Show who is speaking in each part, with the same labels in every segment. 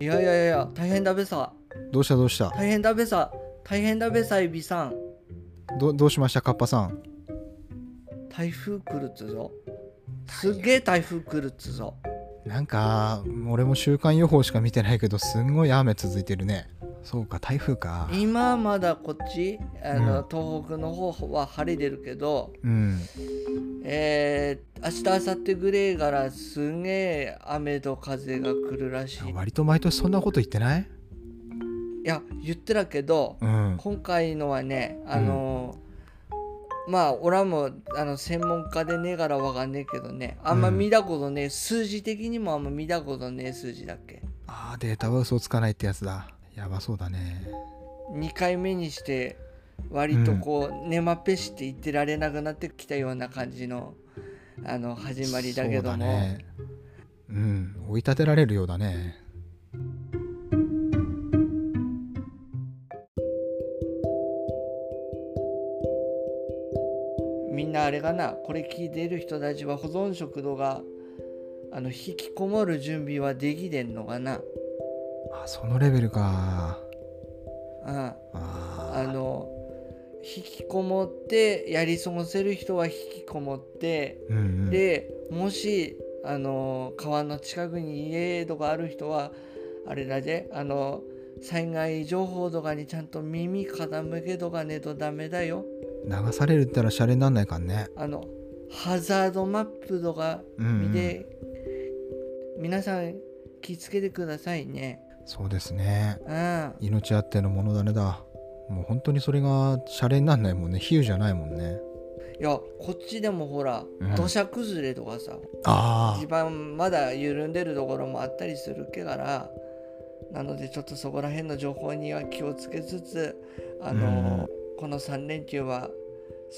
Speaker 1: いやいやいや大変だべさ
Speaker 2: どうしたどうした
Speaker 1: 大変だべさ大変だべさエビさん
Speaker 2: どどうしましたカッパさん
Speaker 1: 台風来るっつぞすっげえ台風来るっつぞ
Speaker 2: なんか俺も週間予報しか見てないけどすんごい雨続いてるねそうか台風か
Speaker 1: 今はまだこっちあの、
Speaker 2: う
Speaker 1: 東北の方は晴れてるけど
Speaker 2: うん
Speaker 1: えー、明日明後日ぐらいからすげえ雨と風が来るらしいい
Speaker 2: 割と毎年そんなこと言ってない
Speaker 1: や言ってたけど、
Speaker 2: うん
Speaker 1: 今回のはねあのーまあ俺はもうあの専門家でねえからわかんねえけどねあんま見たことねえ、数字的にもあんま見たことねえ数字だっけ
Speaker 2: ああデータは嘘をつかないってやつだやばそうだね
Speaker 1: 2回目にして割とこう、寝まっぺして言ってられなくなってきたような感じのあの始まりだけど
Speaker 2: そう
Speaker 1: も、
Speaker 2: ねうん追い立てられるようだね
Speaker 1: みんなあれかなこれ聞いている人たちは保存食堂があの引きこもる準備はできてんのかな
Speaker 2: あそのレベルか
Speaker 1: うん
Speaker 2: あ
Speaker 1: あの引きこもってやり過ごせる人は引きこもって、
Speaker 2: ーうんうん
Speaker 1: でもしあの川の近くに家とかある人はあれだぜあの災害情報とかにちゃんと耳傾けとかねとダメだよ
Speaker 2: 流されるったらシャレになんないかんね
Speaker 1: あのハザードマップとか
Speaker 2: うん、う
Speaker 1: 見
Speaker 2: ん、
Speaker 1: て、皆さん気つけてくださいね
Speaker 2: そうですね
Speaker 1: うん
Speaker 2: 命あってのものだねだもう本当にそれがシャレになんないもんね比喩じゃないもんね
Speaker 1: いやこっちでもほら、
Speaker 2: うん
Speaker 1: 土砂崩れとかさ
Speaker 2: あ
Speaker 1: 地盤まだ緩んでるところもあったりするけからなのでちょっとそこら辺の情報には気をつけつつあの、この3連休は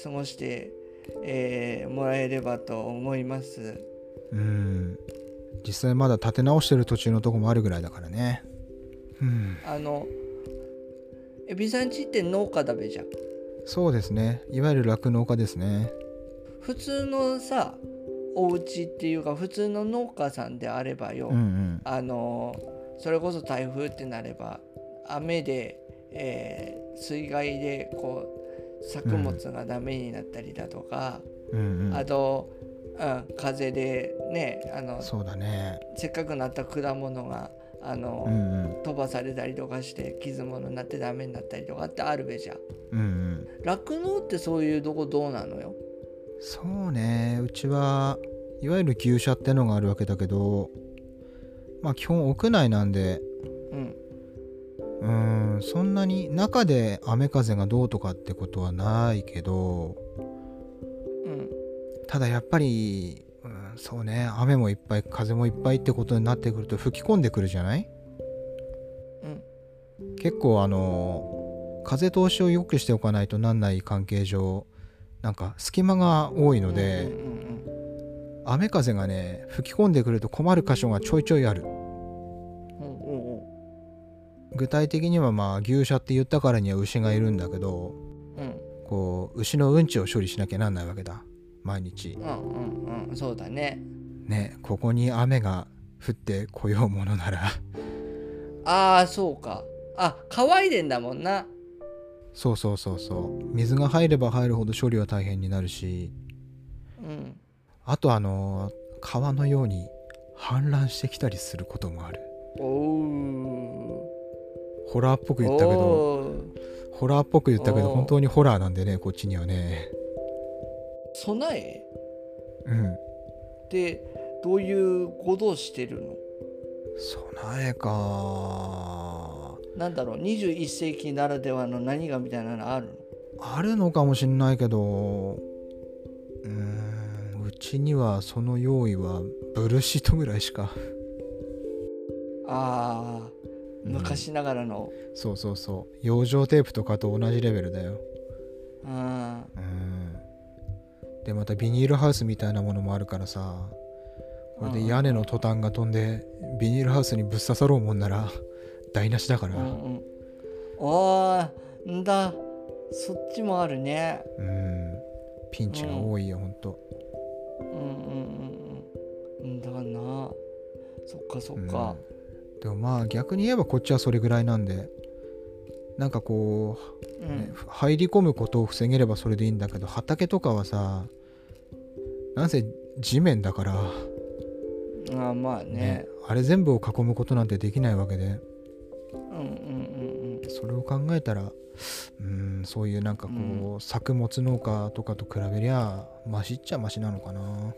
Speaker 1: 過ごして、えーもらえればと思います
Speaker 2: うん実際まだ立て直してる途中のとこもあるぐらいだからねうん
Speaker 1: あのエビさんちって農家だべじゃん
Speaker 2: そうですねいわゆる酪農家ですね
Speaker 1: 普通のさお家っていうか普通の農家さんであればよ、
Speaker 2: うんうん
Speaker 1: あのそれこそ台風ってなれば雨で、えー水害でこう作物がダメになったりだとか、
Speaker 2: うんう
Speaker 1: あ
Speaker 2: ん
Speaker 1: と、うん、風でねあの
Speaker 2: そうだね
Speaker 1: せっかくなった果物があの、
Speaker 2: うんうん
Speaker 1: 飛ばされたりとかして傷物になってダメになったりとかってあるべじゃん。
Speaker 2: うんうん
Speaker 1: 酪農ってそういうとこどうなのよ
Speaker 2: そうねうちはいわゆる牛舎ってのがあるわけだけどまあ基本屋内なんで
Speaker 1: うん
Speaker 2: うーんそんなに中で雨風がどうとかってことはないけど
Speaker 1: うん
Speaker 2: ただやっぱり、うん、そうね雨もいっぱい風もいっぱいってことになってくると吹き込んでくるじゃない
Speaker 1: うん
Speaker 2: 結構あの風通しを良くしておかないとなんない関係上なんか隙間が多いの
Speaker 1: うん
Speaker 2: で、
Speaker 1: うん
Speaker 2: 雨風がね吹き込んでくると困る箇所がちょいちょいある
Speaker 1: うんうん
Speaker 2: 具体的にはまあ牛舎って言ったからには牛がいるんだけど
Speaker 1: うん
Speaker 2: こう牛のうんちを処理しなきゃなんないわけだ毎
Speaker 1: う
Speaker 2: 日
Speaker 1: んうんうんうんそうだね
Speaker 2: ねここに雨が降ってこようものなら
Speaker 1: ああそうかあ乾いでんだもんな
Speaker 2: そうそうそうそう水が入れば入るほど処理は大変になるし
Speaker 1: うん
Speaker 2: あとあの川のように氾濫してきたりすることもある
Speaker 1: おお
Speaker 2: ホラーっぽく言ったけどホラーっぽく言ったけど
Speaker 1: おー
Speaker 2: 本当にホラーなんでねこっちにはね
Speaker 1: 備え
Speaker 2: うん
Speaker 1: ってどういうことをしてるの
Speaker 2: 備えか
Speaker 1: なんだろう21世紀ならではの何がみたいなのあるの
Speaker 2: あるのかもしんないけどうーんうちにはその用意はブルーシートぐらいしか
Speaker 1: ああ
Speaker 2: うん
Speaker 1: 昔ながらの、
Speaker 2: そうそうそう養生テープとかと同じレベルだよ
Speaker 1: あ
Speaker 2: うんでまたビニールハウスみたいなものもあるからさこれ
Speaker 1: うん
Speaker 2: で屋根のトタンが飛んでビニールハウスにぶっ刺さろうもんなら台無しだか
Speaker 1: ー
Speaker 2: ら
Speaker 1: うんうんおーんだそっちもあるね
Speaker 2: うんピンチが多いよほんと
Speaker 1: うんうんうんうんんだなそっかそっ
Speaker 2: うん
Speaker 1: か、
Speaker 2: でもまあ逆に言えばこっちはそれぐらいなんでなんかこ
Speaker 1: う
Speaker 2: う、ね
Speaker 1: ん
Speaker 2: 入り込むことを防げればそれでいいんだけど畑とかはさなんせ地面だから、
Speaker 1: あーまあね
Speaker 2: あれ全部を囲むことなんてできないわけで
Speaker 1: うんうんうん
Speaker 2: それを考えたらうんそういうなんかこう、作物農家とかと比べりゃマシっちゃマシなのかな
Speaker 1: うん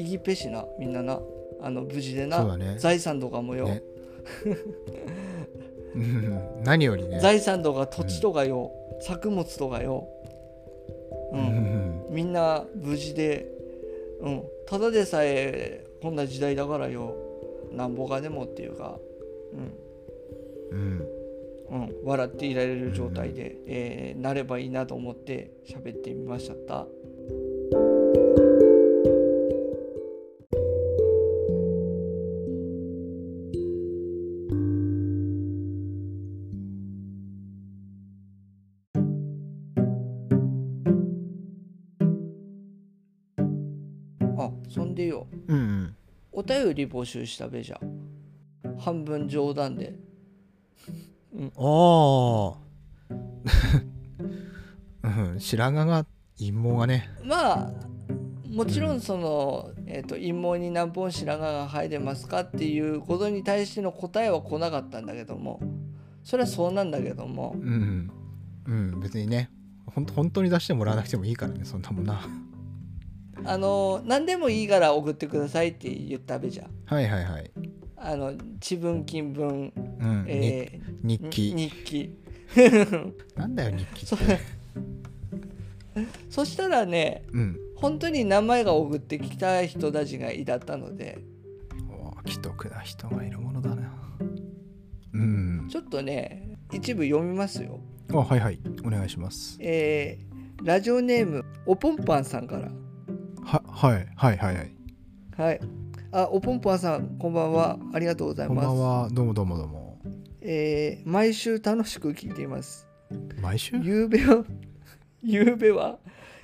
Speaker 1: イギペシなみんななあの無事で
Speaker 2: そう
Speaker 1: な、
Speaker 2: だね
Speaker 1: 財産とかもよ、
Speaker 2: ね うん何よりね
Speaker 1: 財産とか土地とかよ、作物とかよ、う
Speaker 2: うんん
Speaker 1: みんな無事で、うん、ただでさえこんな時代だからよなんぼがでもっていうか、
Speaker 2: うん
Speaker 1: うんうん、笑っていられる状態で、えーなればいいなと思って喋ってみましたった。あそんでよ
Speaker 2: うんうん
Speaker 1: お便り募集したべじゃ半分冗談で
Speaker 2: ああ うん白髪が陰毛がね
Speaker 1: まあもちろんその、えー、と陰謀に何本白髪が生えてますかっていうことに対しての答えは来なかったんだけどもそれはそうなんだけども
Speaker 2: うんうん別にねほん本当に出してもらわなくてもいいからねそんなもんな
Speaker 1: あの何でもいいから送ってくださいって言ったべじゃ
Speaker 2: はいはいはい、
Speaker 1: あの地分金分、
Speaker 2: うん
Speaker 1: え
Speaker 2: に
Speaker 1: ー
Speaker 2: 日記
Speaker 1: 日記
Speaker 2: なんだよ日記
Speaker 1: そ
Speaker 2: って
Speaker 1: そしたらね
Speaker 2: うん
Speaker 1: 本当に名前が送ってきた人たちがいだったので
Speaker 2: おー既得な人がいるものだなうん
Speaker 1: ちょっとね一部読みますよ。
Speaker 2: あはいはいお願いします
Speaker 1: えーラジオネームおぽんぱんさんから。
Speaker 2: ははいはいはいはい
Speaker 1: はい。あ、おぽんぽんさん、こんばんは。ありがとうござい
Speaker 2: こん
Speaker 1: ま
Speaker 2: ば
Speaker 1: す。
Speaker 2: んはどうもどうもどうも
Speaker 1: えー毎週楽しく聞いています。
Speaker 2: 毎週
Speaker 1: ゆうべは、 ゆうべは、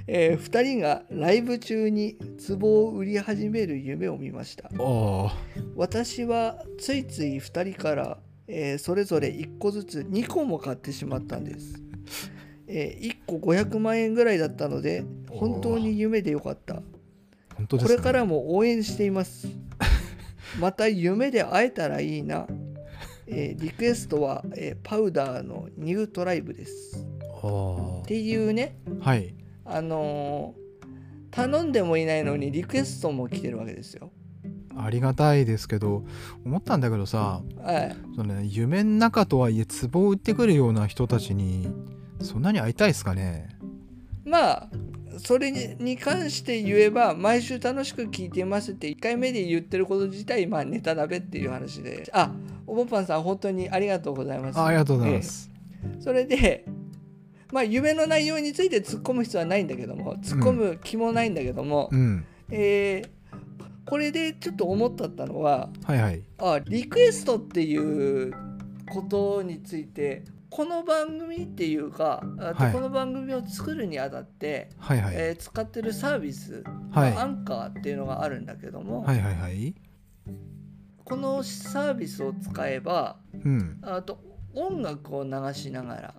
Speaker 1: え2人がライブ中に壺を売り始める夢を見ました。
Speaker 2: おー
Speaker 1: 私はついつい2人から、えーそれぞれ1個ずつ2個も買ってしまったんです、え1個500万円ぐらいだったので本当に夢でよかった
Speaker 2: 本当で
Speaker 1: こ
Speaker 2: すね
Speaker 1: れからも応援してい ます。また夢で会えたらいいな。えーリクエストは、えーパウダーのニュートライブです。
Speaker 2: お
Speaker 1: っ
Speaker 2: ー
Speaker 1: ていうね、
Speaker 2: はい
Speaker 1: あのー頼んでもいないのにリクエストも来てるわけですよ。
Speaker 2: ありがたいですけど思ったんだけどさ
Speaker 1: はい、
Speaker 2: その、ね、夢の中とはいえ壺を売ってくるような人たちにそんなに会いたいですかね
Speaker 1: まあそれにに関して言えば毎週楽しく聞いてますって1回目で言ってること自体まあネタだべっていう話であおぼんぱんさん本当にありがとうございます
Speaker 2: あありがとうございます、
Speaker 1: それで、まあ、夢の内容について突っ込む必要はないんだけども突っ込む気もないんだけども、
Speaker 2: うん
Speaker 1: えーこれでちょっと思ったったのは
Speaker 2: はいはい
Speaker 1: あリクエストっていうことについてこの番組っていうか、あと
Speaker 2: はい
Speaker 1: この番組を作るにあたって、
Speaker 2: はいはい、
Speaker 1: えー使ってるサービス、
Speaker 2: はい
Speaker 1: アンカーっていうのがあるんだけども、
Speaker 2: はいはいはい
Speaker 1: このサービスを使えば
Speaker 2: うん
Speaker 1: あと音楽を流しながら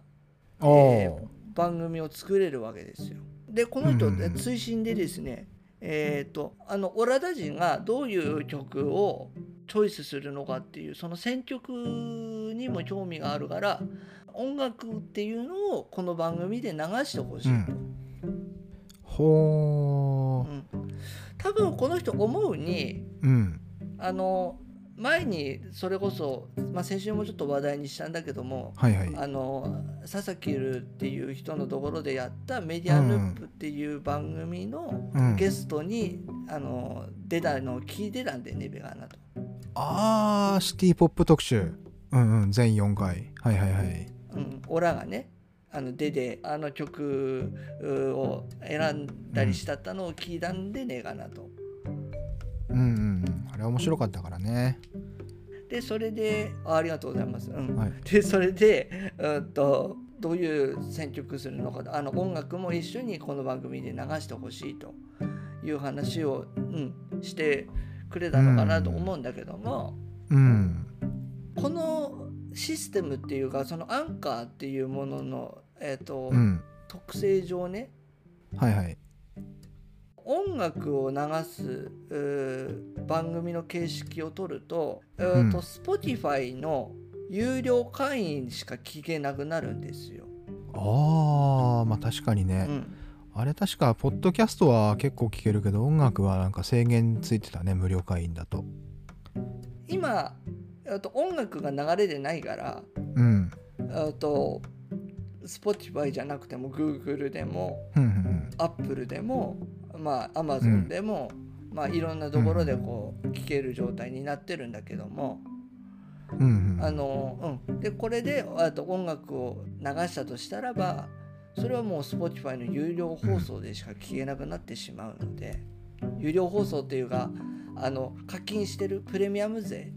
Speaker 2: ああ、
Speaker 1: え番組を作れるわけですよ。でこの人
Speaker 2: うんうんうん
Speaker 1: 追伸でですね、えっ、とあのオラダ人がどういう曲をチョイスするのかっていうその選曲にも興味があるから音楽っていうのをこの番組で流してほしいと、
Speaker 2: ほ
Speaker 1: うん多分この人思うに
Speaker 2: ーうん
Speaker 1: あの前にそれこそ、まあ、先週もちょっと話題にしたんだけども
Speaker 2: はいはい
Speaker 1: あの佐々木ルっていう人のところでやった「メディアループ」っていう番組の
Speaker 2: うん
Speaker 1: ゲストに、あの出たのを聞いてたんでねベガーナと。
Speaker 2: あーシティポップ特集うんうん全4回はいはいはい
Speaker 1: うん、オラがねあの出であの曲うーを選んだりしたったのを聞いたんでねえかなと。
Speaker 2: うんうんうんあれ面白かったからね
Speaker 1: でそれであありがとうございます。うん
Speaker 2: はい
Speaker 1: でそれでうんとどういう選曲するのかあの音楽も一緒にこの番組で流してほしいという話を、うん、してくれたのかなと思うんだけども、
Speaker 2: うん
Speaker 1: このシステムっていうかそのアンカーっていうものの、えーと
Speaker 2: うん
Speaker 1: 特性上ね
Speaker 2: はいはい
Speaker 1: 音楽を流すうー番組の形式を取ると,、え
Speaker 2: ん
Speaker 1: ーと Spotify の有料会員しか聞けなくなるんですよ。
Speaker 2: ああまあ確かに
Speaker 1: う
Speaker 2: ね、
Speaker 1: ん、
Speaker 2: あれ確かポッドキャストは結構聞けるけど音楽はなんか制限ついてたね無料会員だと
Speaker 1: 今、えーと音楽が流れてないから、
Speaker 2: うん
Speaker 1: えーと Spotify じゃなくても Google でも
Speaker 2: ふんふんふん
Speaker 1: Apple でも、まあ、Amazon でも、まあ、いろんなところでこう聞ける状態になってるんだけども。
Speaker 2: うんうん
Speaker 1: あのうん、でこれであと音楽を流したとしたらばそれはもう Spotify の有料放送でしか聴けなくなってしまうので、有料放送っていうかあの課金してるプレミアム税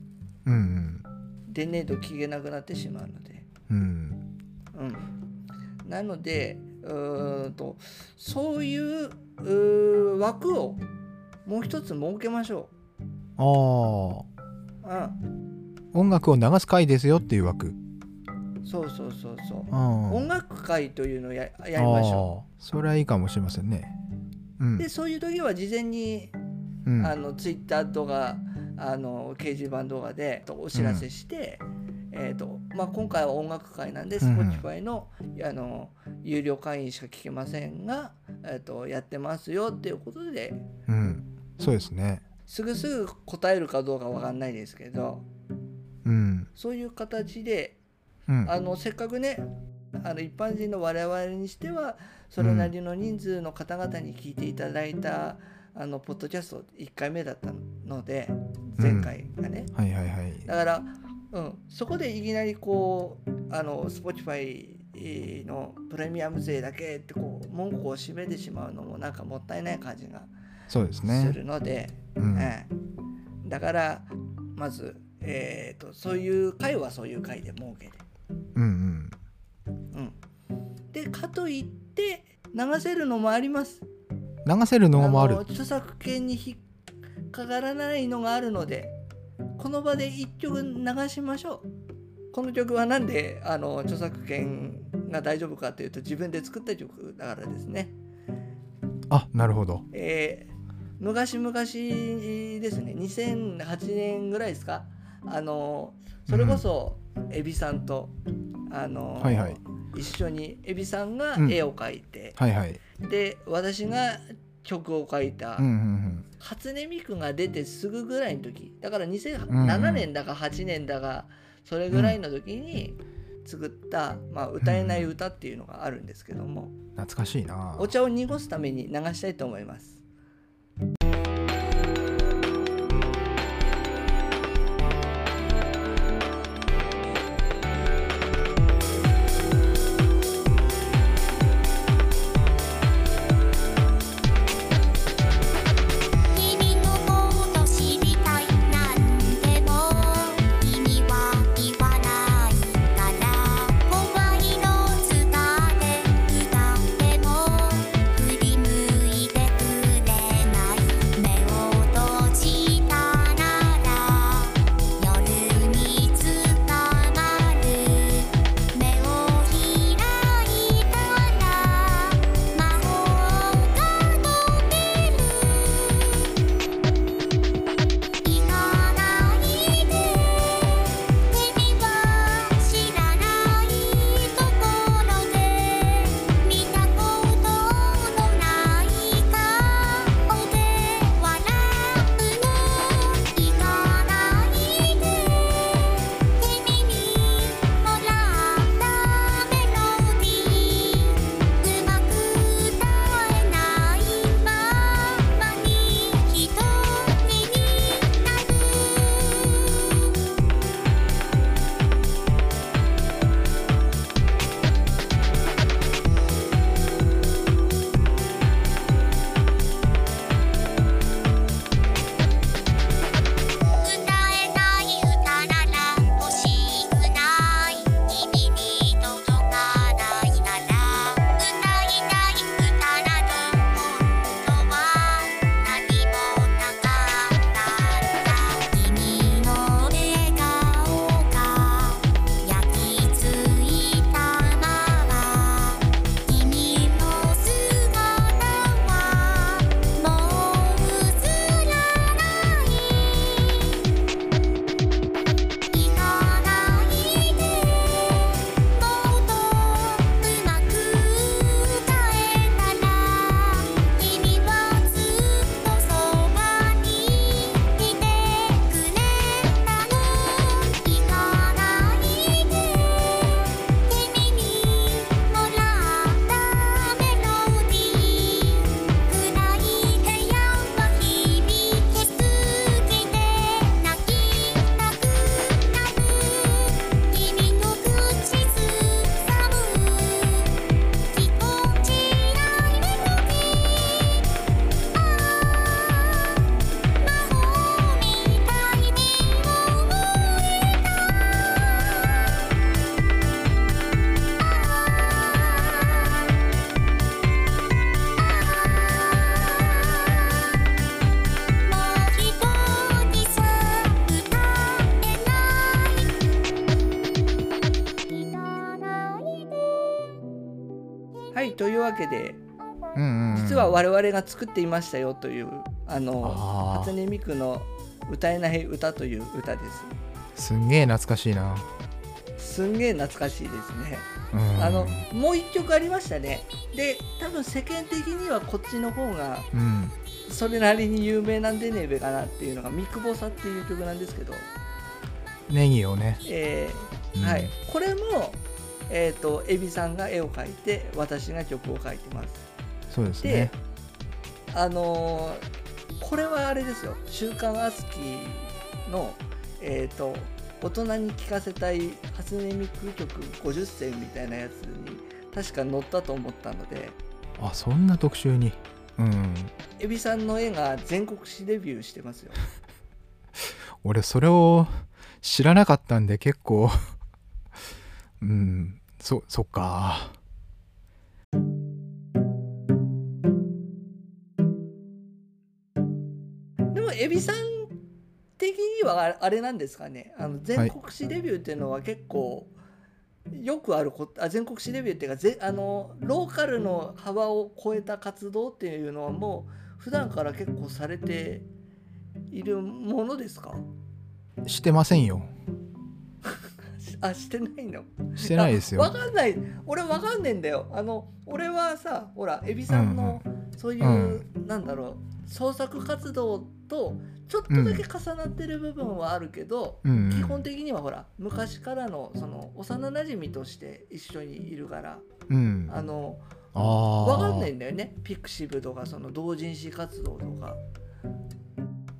Speaker 2: うん
Speaker 1: でねえと聴けなくなってしまうので、
Speaker 2: うんうん
Speaker 1: うん、なのでうーんとそういううー枠をもう一つ設けましょ
Speaker 2: ああ
Speaker 1: う。う
Speaker 2: 音楽を流す回ですよっていう枠
Speaker 1: ん、そうそうそうそう。
Speaker 2: あ
Speaker 1: 音楽会というのをややりましょう。
Speaker 2: うそれはいいかもしれませんねうん
Speaker 1: でそういう時は事前に、
Speaker 2: うん
Speaker 1: あのツイッターとかあの掲示板動画でとお知らせして、えーとまあ、今回は音楽会なんで
Speaker 2: うん
Speaker 1: Spotify の,、あの有料会員しか聞けませんが、えー、とやってますよっていうことで
Speaker 2: うんそうですね
Speaker 1: すぐすぐ答えるかどうかわかんないですけど
Speaker 2: うん
Speaker 1: そういう形で
Speaker 2: うん
Speaker 1: あのせっかくねあの一般人の我々にしてはそれなりの人数の方々に聞いていただいた、あのポッドキャスト1回目だったので前回がね、
Speaker 2: はいはいはい
Speaker 1: だから、うん、そこでいきなりこうあの Spotify のプレミアム税だけってこう文句を締めてしまうのもなんかもったいない感じが
Speaker 2: そうです
Speaker 1: す
Speaker 2: ね
Speaker 1: るので、
Speaker 2: うん
Speaker 1: ええだからまず、えー、とそういう会はそういう会で設けて。
Speaker 2: うんうん
Speaker 1: うん、でかといって流せるのもあります。
Speaker 2: 流せるのもある
Speaker 1: の著作権に引っかからないのがあるのでこの場で一曲流しましょう。この曲はなんであの著作権が大丈夫かというと自分で作った曲だからですね。
Speaker 2: あなるほど
Speaker 1: えー昔々ですね2008年ぐらいですかあのそれこそエビさんと、あの
Speaker 2: はいはい
Speaker 1: 一緒にエビさんが
Speaker 2: うん
Speaker 1: 絵を描いて、
Speaker 2: はいはい
Speaker 1: で私が曲を書いた、
Speaker 2: うんうん
Speaker 1: 初音ミクが出てすぐぐらいの時だから
Speaker 2: うんう
Speaker 1: 2007
Speaker 2: ん
Speaker 1: 年だか8年だかそれぐらいの時に作った、まあ、歌えない歌っていうのがあるんですけども、
Speaker 2: うん懐かしいな
Speaker 1: お茶を濁すために流したいと思います。
Speaker 3: 「君のこと知りたいなんでも君は言わないから」「怖いの伝え歌っても振り向いてくれ
Speaker 1: はいというわけで
Speaker 2: うんうん、
Speaker 1: 実は我々が作っていましたよというあの
Speaker 2: あー
Speaker 1: 初音ミクの歌えない歌という歌です
Speaker 2: すんげえ懐かしいな、
Speaker 1: すんげえ懐かしいですね
Speaker 2: うん、
Speaker 1: あのもう一曲ありましたねで多分世間的にはこっちの方が
Speaker 2: うん
Speaker 1: それなりに有名なんでねえべかなっていうのが「ミクボサ」っていう曲なんですけど、
Speaker 2: ネギをね、
Speaker 1: えー
Speaker 2: うん
Speaker 1: はい、これも、えー、とエビさんが絵を描いて私が曲を書いてます
Speaker 2: そうです
Speaker 1: で
Speaker 2: ね、
Speaker 1: あのーこれはあれですよ「週刊アスキーの」えーと大人に聴かせたい初音ミク曲50選みたいなやつに確か載ったと思ったので
Speaker 2: あそんな特集にうん
Speaker 1: エビさんの絵が全国紙デビューしてますよ
Speaker 2: 俺それを知らなかったんで結構 うんそそっか
Speaker 1: でもエビさん的にはああれなんですかねあの全国紙デビューっていうのは結構よくあるこあ全国紙デビューっていうかぜあのローカルの幅を超えた活動っていうのはもう普段から結構されているものですか
Speaker 2: してませんよ
Speaker 1: しあしてないの
Speaker 2: してないです
Speaker 1: わ
Speaker 2: よ
Speaker 1: かんない俺わかんねえんだよあの俺はさほらエビさんのそういう、なんだろう創作活動とちょっとだけ重なってる部分はあるけど、
Speaker 2: うんうん
Speaker 1: 基本的にはほら昔からのその幼なじみとして一緒にいるから
Speaker 2: うん
Speaker 1: あの
Speaker 2: ああ
Speaker 1: わかんないんだよねピクシブとかその同人誌活動とか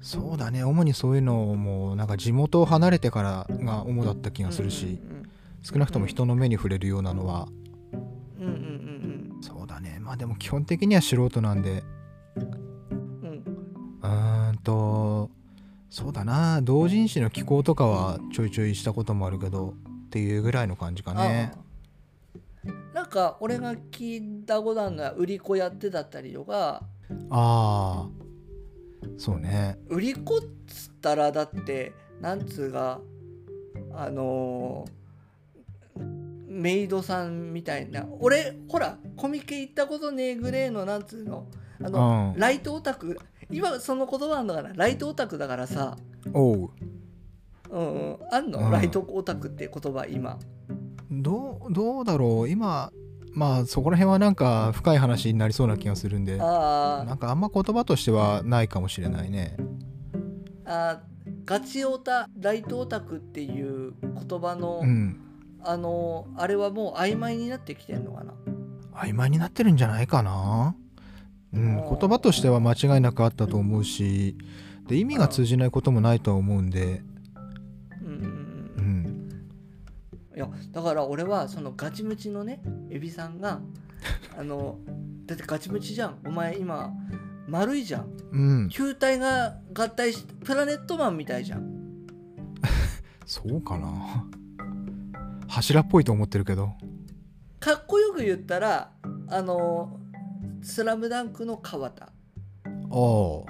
Speaker 2: そうだね主にそういうのをもうなんか地元を離れてからが主だった気がするし、少なくとも人の目に触れるようなのは、
Speaker 1: うんうんうんうん
Speaker 2: そうだねまあでも基本的には素人なんで
Speaker 1: うんうんうん
Speaker 2: うーんとそうだな同人誌の寄稿とかはちょいちょいしたこともあるけどっていうぐらいの感じかね
Speaker 1: ああなんか俺が聞いたことあるのは売り子やってだったりとか
Speaker 2: ああそうね
Speaker 1: 売り子っつったらだってなんつうかあのーメイドさんみたいな俺ほらコミケ行ったことねえグレーのなんつうのあ
Speaker 2: う
Speaker 1: の、
Speaker 2: ん
Speaker 1: ライトオタク今その言葉なんだからライトオタクだからさ
Speaker 2: おう
Speaker 1: うんうんあんの、
Speaker 2: うん
Speaker 1: ライトオタクって言葉今
Speaker 2: どうどうだろう今まあそこら辺はなんか深い話になりそうな気がするんで
Speaker 1: あ
Speaker 2: な
Speaker 1: ー
Speaker 2: んかあんま言葉としてはないかもしれないね
Speaker 1: あーガチオタライトオタクっていう言葉の、
Speaker 2: うん
Speaker 1: あのーあれはもう曖昧になってきてんのかな
Speaker 2: 曖昧になってるんじゃないかなうん
Speaker 1: うん
Speaker 2: 言葉としては間違いなくあったと思うしで意味が通じないこともないとは思うんで
Speaker 1: うんうんうん
Speaker 2: うん
Speaker 1: いやだから俺はそのガチムチのねエビさんがあのだってガチムチじゃんお前今丸いじゃん
Speaker 2: うん、
Speaker 1: 球体が合体しプラネットマンみたいじゃん
Speaker 2: そうかな。柱っぽいと思ってるけど。
Speaker 1: かっこよく言ったらあの「スラムダンクの川田
Speaker 2: あ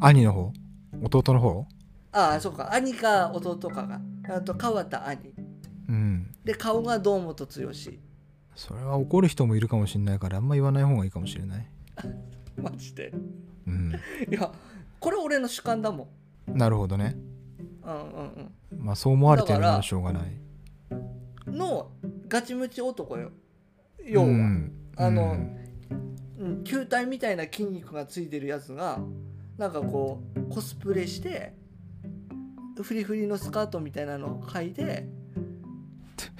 Speaker 2: あ。兄の方弟の方
Speaker 1: ああそうか兄か弟かがあと川田兄
Speaker 2: うん。
Speaker 1: で顔が堂本剛
Speaker 2: それは怒る人もいるかもしれないから、あんま言わない方がいいかもしれない。
Speaker 1: マジで
Speaker 2: うん。
Speaker 1: いやこれ俺の主観だもん
Speaker 2: なるほどね。
Speaker 1: うんうんうん
Speaker 2: まあそう思われてるの
Speaker 1: だから
Speaker 2: はしょうがない。
Speaker 1: のガチムチ男よ要は、
Speaker 2: うん、
Speaker 1: あの
Speaker 2: うん
Speaker 1: うん、球体みたいな筋肉がついてるやつがなんかこうコスプレしてフリフリのスカートみたいなのを履いて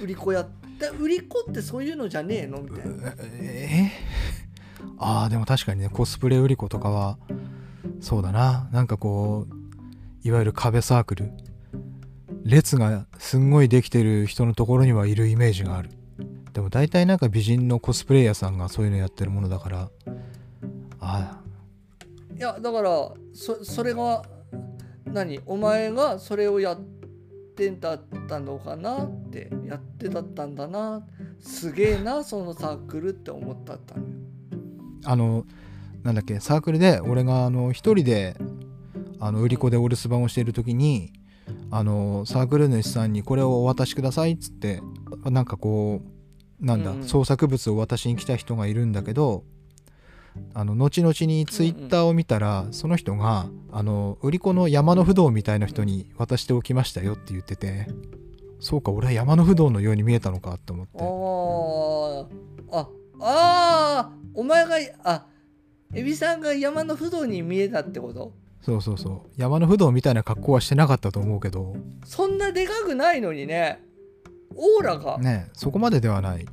Speaker 1: 売り子やって売り子ってそういうのじゃねえのみたいな
Speaker 2: ええああ、でも確かにね、コスプレ売り子とかは、そうだな。なんかこう、いわゆる壁サークル。列がすんごいできてる人のところにはいるイメージがある。でも大体なんか美人のコスプレイヤーさんがそういうのやってるものだから、あ
Speaker 1: いやだからそそれが何お前がそれをやってんだったのかなってやってだったんだなすげえなそのサークルって思ったったのよ
Speaker 2: あ、あの、なんだっけ、サークルで俺があの一人で、あの売り子でお留守番をしている時に、あのサークル主さんにこれをお渡しくださいっつってなんかこうなんだ、
Speaker 1: うんうん
Speaker 2: 創作物を渡しに来た人がいるんだけどあの後々にツイッターを見たら、その人があの売り子の山の不動みたいな人に渡しておきましたよって言っててそうか俺は山の不動のように見えたのかと思って
Speaker 1: おーああーお前があエビさんが山の不動に見えたってこと
Speaker 2: そうそうそう山の不動みたいな格好はしてなかったと思うけど
Speaker 1: そんなでかくないのにねオーラが、
Speaker 2: ねそこまでではない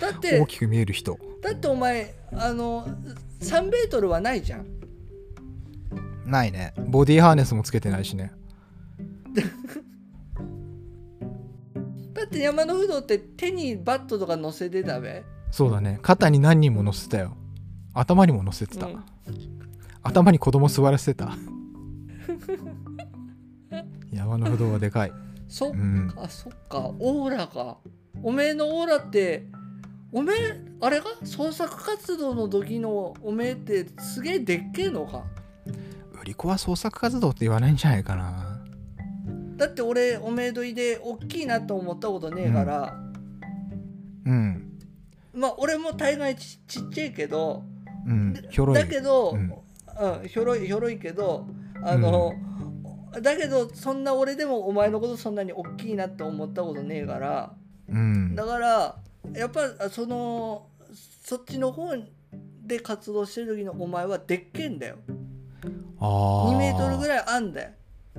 Speaker 1: だって
Speaker 2: 大きく見える人
Speaker 1: だってお前あの3メートルはないじゃん
Speaker 2: ないねボディーハーネスもつけてないしね
Speaker 1: だって山の不動って手にバットとか乗せてたべ、
Speaker 2: そうだね肩に何人も乗せてたよ頭にも乗せて
Speaker 1: う
Speaker 2: た、
Speaker 1: ん
Speaker 2: 頭に子供座らせてた 山の不動はでかい
Speaker 1: そっ
Speaker 2: うん
Speaker 1: かそっかオーラかおめえのオーラっておめえあれか創作活動の時のおめえってすげえでっけえのか
Speaker 2: 売り子は創作活動って言わないんじゃないかな
Speaker 1: だって俺おめえどいでおっきいなと思ったことねえから、
Speaker 2: うん
Speaker 1: まあ俺も大概ちちっちゃいけど
Speaker 2: うんひょろい
Speaker 1: だけど、
Speaker 2: う
Speaker 1: うんんひょろいひょろいけどあの、だけどそんな俺でもお前のことそんなにおっきいなって思ったことねえから
Speaker 2: うん
Speaker 1: だからやっぱそのそっちの方で活動してる時のお前はでっけえんだよ
Speaker 2: あー
Speaker 1: 2メートルぐらいあんだよ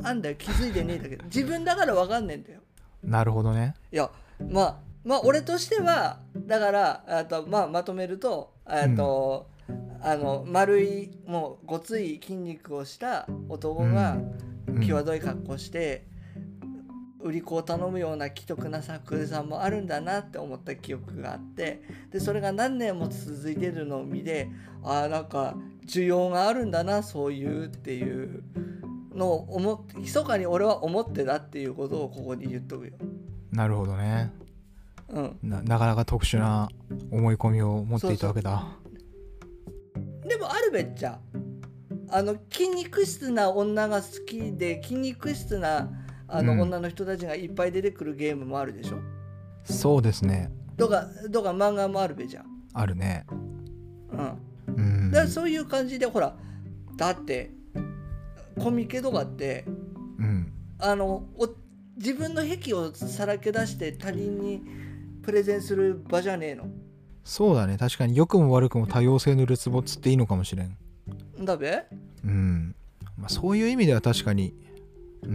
Speaker 1: あんだよ気づいてねえんだけど自分だから分かんねえんだよ
Speaker 2: なるほどね
Speaker 1: いやまあまあ俺としてはだからあと、まあ、まとめるとあと、あの丸いもうごつい筋肉をした男が
Speaker 2: うん
Speaker 1: 際どい格好して、売り子を頼むような奇特な作風さんもあるんだなって思った記憶があってでそれが何年も続いてるのを見てああんか需要があるんだなそういうっていうのを思って密かに俺は思ってたっていうことをここに言っとくよ。
Speaker 2: なるほどね
Speaker 1: うん
Speaker 2: ななかなか特殊な思い込みを持っていたわけだ
Speaker 1: でもあるべっちゃあの筋肉質な女が好きで筋肉質なあの、
Speaker 2: うん
Speaker 1: 女の人たちがいっぱい出てくるゲームもあるでしょ
Speaker 2: そうですね
Speaker 1: とかとか漫画もあるべじゃん、
Speaker 2: あるね
Speaker 1: うん、
Speaker 2: うん
Speaker 1: だからそういう感じでほらだってコミケとかって
Speaker 2: うん
Speaker 1: あのお自分の癖をさらけ出して他人にプレゼンする場じゃねえの
Speaker 2: そうだね確かに良くも悪くも多様性のるつぼっつっていいのかもしれん
Speaker 1: だべ
Speaker 2: うん、まあ、そういう意味では確かにうん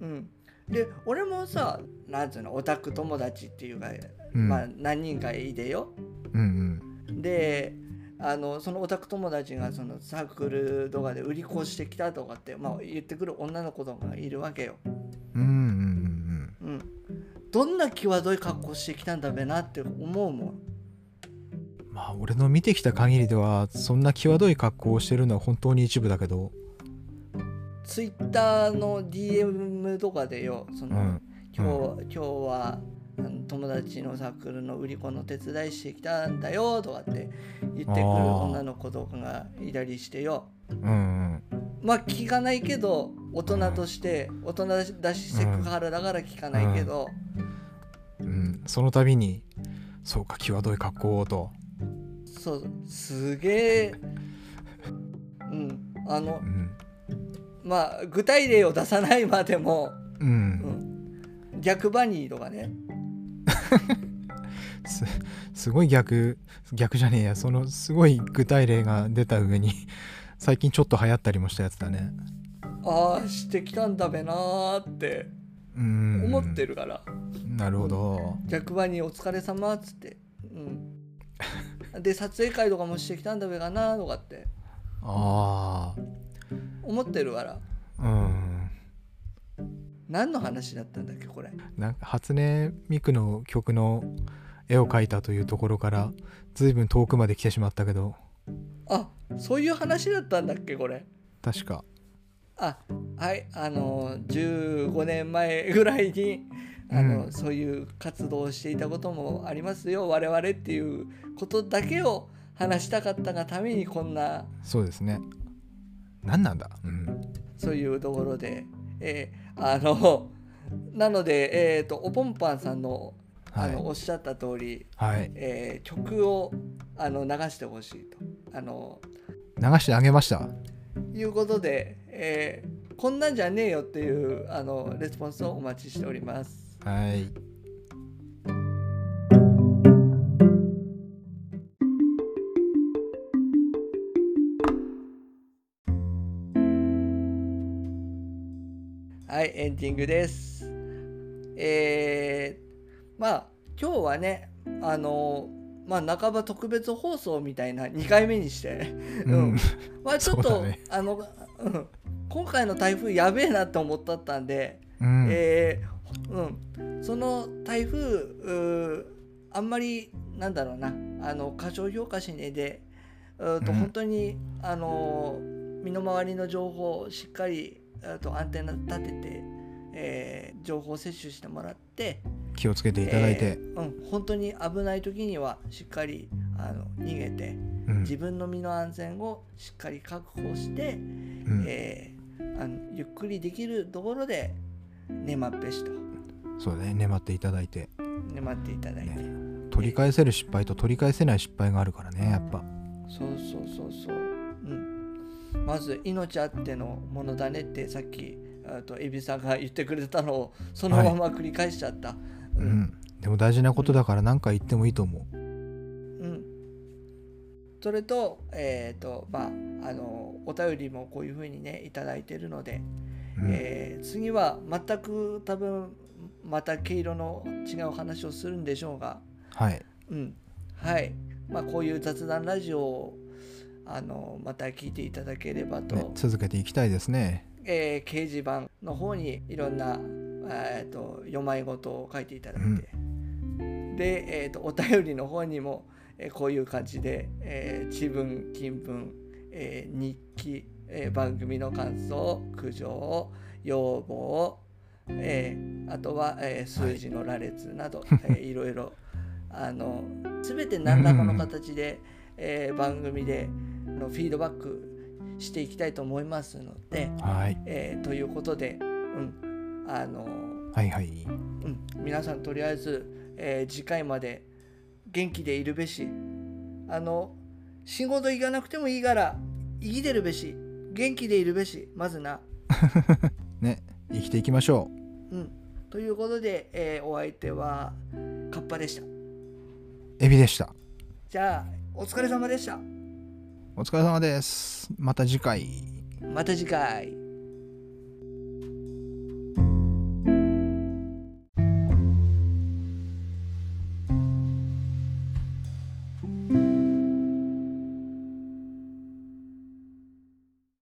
Speaker 1: うんで俺もさなんつうのオタク友達っていうか、
Speaker 2: うん
Speaker 1: まあ何人かいでよ
Speaker 2: うんうん
Speaker 1: であのそのオタク友達がそのサークルとかで売り越してきたとかって、まあ、言ってくる女の子とかがいるわけよ。
Speaker 2: うんうんうん
Speaker 1: うん、どんな際どい格好してきたんだべなって思うもん。
Speaker 2: うんまあ俺の見てきた限りではそんな際どい格好をしてるのは本当に一部だけど
Speaker 1: ツイッターの DM とかでよその、
Speaker 2: うん
Speaker 1: 今日今日はあの友達のサークルの売り子の手伝いしてきたんだよとかって言ってくる女の子とかがいたりしてよ。
Speaker 2: うんうん
Speaker 1: まあ聞かないけど大人として大人だしセクハラだから聞かないけど、
Speaker 2: うんその度にそうか際どい格好をと
Speaker 1: そうすげえうんあの
Speaker 2: うん
Speaker 1: まあ具体例を出さないまでも、
Speaker 2: うん、
Speaker 1: うん、逆バニーとかね
Speaker 2: すすごい逆逆じゃねえやそのすごい具体例が出た上に 最近ちょっと流行ったりもしたやつだね
Speaker 1: ああしてきたんだべなーって
Speaker 2: うん
Speaker 1: 思ってるから、
Speaker 2: なるほど
Speaker 1: 逆バニーお疲れ様っつってうんで撮影会とかもしてきたんだべかなーとかって
Speaker 2: あ
Speaker 1: 思ってるから
Speaker 2: あうん
Speaker 1: 何の話だったんだっけこれ
Speaker 2: なんか初音ミクの曲の絵を描いたというところから随分遠くまで来てしまったけど
Speaker 1: あそういう話だったんだっけこれ
Speaker 2: 確か
Speaker 1: あはいあの15年前ぐらいにあの、
Speaker 2: うん
Speaker 1: そういう活動をしていたこともありますよ我々っていうことだけを話したかったがためにこんな
Speaker 2: そうですね何なんだうん
Speaker 1: そういうところで、えーあのなので、えー、とおぽんぱんさんのあ
Speaker 2: はい
Speaker 1: のおっしゃった通り、
Speaker 2: はい
Speaker 1: えー曲をあの流してほしいと。あの
Speaker 2: 流してあげました
Speaker 1: いうことで、えーこんなんじゃねえよっていうあのレスポンスをお待ちしております。
Speaker 2: はい
Speaker 1: はい、エンディングです。えーまあ今日はね、あのまあ半ば特別放送みたいな2回目にして、
Speaker 2: うん、
Speaker 1: まあちょっ
Speaker 2: そう
Speaker 1: と、
Speaker 2: だね
Speaker 1: あの、うん、今回の台風やべえなって思ったったんで、
Speaker 2: うん
Speaker 1: えーうん、その台風うーあんまりなんだろうなあの過小評価しねえでうーんと
Speaker 2: うん
Speaker 1: 本当に、あの身の回りの情報をしっかりあとアンテナ立てて、えー情報を摂取してもらって
Speaker 2: 気をつけていただいて
Speaker 1: え、ーうん、本当に危ない時にはしっかりあの逃げて
Speaker 2: うん
Speaker 1: 自分の身の安全をしっかり確保して、
Speaker 2: うん
Speaker 1: えーあのゆっくりできるところで寝まっぺしと。
Speaker 2: そうだね粘っていただいて
Speaker 1: ね待っていただいて、
Speaker 2: 取り返せる失敗と取り返せない失敗があるからねやっぱ
Speaker 1: そうそうそうそう、うん、まず命あってのものだねってさっきあとエビさんが言ってくれたのをそのまま繰り返しちゃった、
Speaker 2: う、
Speaker 1: うんん
Speaker 2: でも大事なことだから何か言ってもいいと思う
Speaker 1: うんそれとえっ、とまああのお便りもこういうふうにね頂いただいてるので、
Speaker 2: うん
Speaker 1: えー次は全く多分また毛色の違う話をするんでしょうが
Speaker 2: はい
Speaker 1: うん、はい、まあ、こういう雑談ラジオをあのまた聞いていただければと、
Speaker 2: ね続けていきたいですね
Speaker 1: えー掲示板の方にいろんな、えー、と読まい事を書いていただいて、で、えー、とお便りの方にも、えーこういう感じで、えー、地文金文、えー日記、えー番組の感想苦情要望、えーあとは、えー数字の羅列など、いえーいろいろあの全て何らかの形で、えー番組であのフィードバックしていきたいと思いますので、
Speaker 2: はい
Speaker 1: えーということで、うんあの
Speaker 2: はいはい
Speaker 1: うん、皆さんとりあえず、えー次回まで元気でいるべしあの仕事行かなくてもいいから生きてるべし元気でいるべしまずな。
Speaker 2: ね生きていきましょ
Speaker 1: うん、ということで、えーお相手はカッパでした。
Speaker 2: うエビでした
Speaker 1: じゃあお疲れ様でした。
Speaker 2: お疲れ様ですまた次回
Speaker 1: また次回。